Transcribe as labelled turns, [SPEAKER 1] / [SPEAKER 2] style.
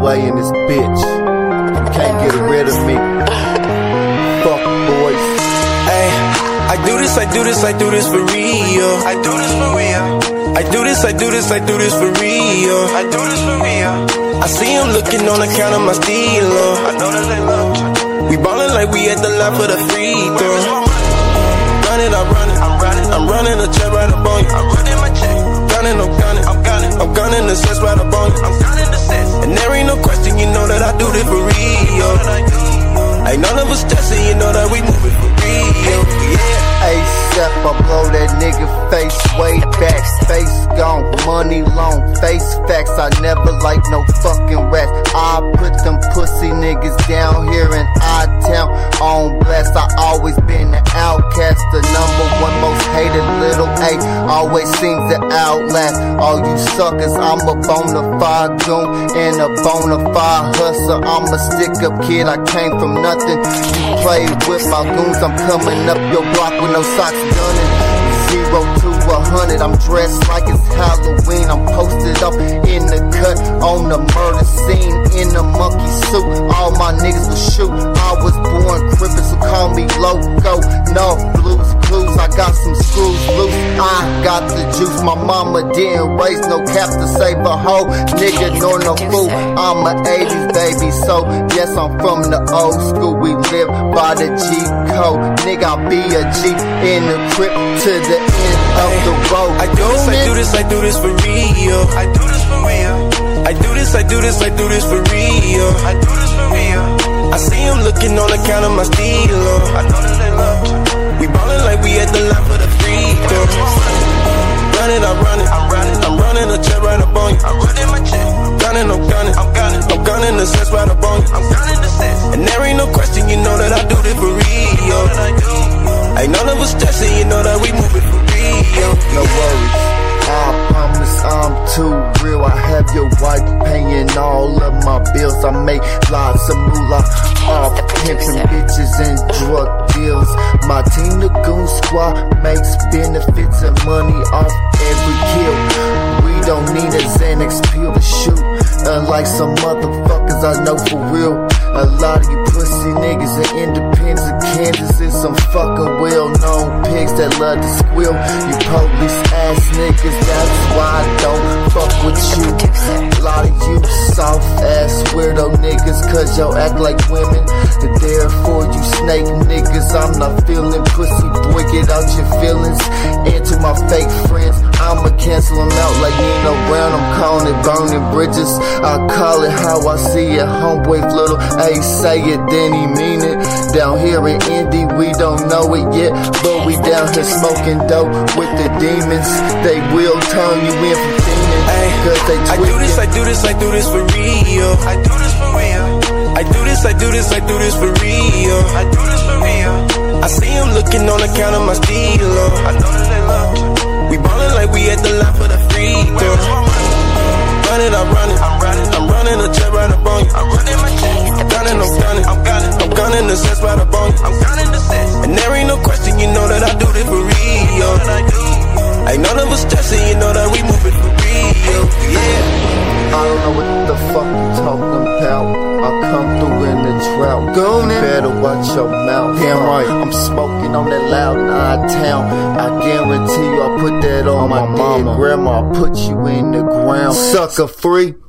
[SPEAKER 1] way in this bitch. You can't get rid of me. Fuck boys.
[SPEAKER 2] Ay, I do this, I do this, I do this for real. I do this for real. I do this, I do this, I do this for real. I do this for real. I see him looking on the count of my stealer. I know that they love We ballin' like we at the line for the free throw. Run it, I'm running, I'm running, I'm running a check right up on you. I'm running my check. Gunning, I'm gunning, I'm gunning, I'm gunning the sets right up on you. I'm gunning the sets. And there ain't no question, you know that I do this for real. Ain't none of us testing, you know that we moving for real. Yeah.
[SPEAKER 1] ASAP, I blow that nigga face way back. Face gone, money long, face facts. I never like no fucking rats. I put them pussy niggas down here in I town on blast. I always been the outcast, the number one most hated little A. Always seems to outlast all you suckers. I'm a bona fide goon and a bona fide hustler. I'm a stick up kid, I came from nothing. You play with my goons, I'm coming up your block with no socks gunning. Zero to a hundred, I'm dressed like it's Halloween. I'm posted up in the cut on the murder scene in a monkey suit. All my niggas will shoot. I was born crippled, so call me loco. No blues clues, I got some screws loose. I got the juice. My mama didn't raise no cap to save a hoe, nigga, nor no fool. I'm a 80s baby, so yes, I'm from the old school. We live by the G code, nigga. I be a G in the crib to the end of the road.
[SPEAKER 2] I do this, I do this, I do this for real. I do this for real. I do this, I do this, I do this for real. I do this for real. I see him looking on the count of my stealer. I know that they love We ballin' like we at the line for the free throw. Run it, I'm running, I'm running, I'm running a check right up on you. I'm running my check. Gunning, I'm gunning, I'm gunning, I'm gunning the sets right up on you. I'm gunning the sets. And there ain't no question, you know that I do this for real. Ain't none of us stressing, you know that we moving for real.
[SPEAKER 1] no worries. I promise I'm too real. I have your wife paying all of my bills. I make lots of moolah off pimping bitches and drug deals. My team, the Goon Squad, makes benefits and money off every kill. We don't need a Xanax pill to shoot. Unlike some motherfuckers I know for real. A lot of you pussy niggas are independent. Kansas is some fucking well-known pigs that love to squeal. You police ass niggas, that's why I don't fuck with you. A lot of you soft ass weirdo niggas, cause y'all act like women. And therefore you snake niggas, I'm not feeling pussy boy, get out your feelings. And to my fake friends, I'ma cancel them out like Nino Brown. I'm calling it burning bridges. I call it how I see it. Homeboy little A say it, then he mean it. Down here in Indy, we don't know it yet, but we down here smoking dope with the demons. They will turn you in from demons, cause they
[SPEAKER 2] I do this, I
[SPEAKER 1] tweaking.
[SPEAKER 2] do this, I do this for real. I do this for real. I do this, I do this, I do this for real. I do this for real. I see him looking on the count of my stealer. I know that they love We ballin' like we at the line for the free throw. Run it, I'm running, I'm running, I'm running a check right up on you. I'm running my check. I'm gunning, I'm gunning, I'm gunning, I'm gunning the sets right up on you. I'm gunning the sets. And there ain't no question, you know that I do this for real. Ain't none of us stressing, you know that we moving for real. Yeah.
[SPEAKER 1] I don't know what the fuck you talking about. I come through in the drought. Goonin. Better watch your mouth. Damn right. I'm smoking on that loud nine town. I guarantee you, I put that on my, mama. Grandma, I put you in the ground. Sucker free.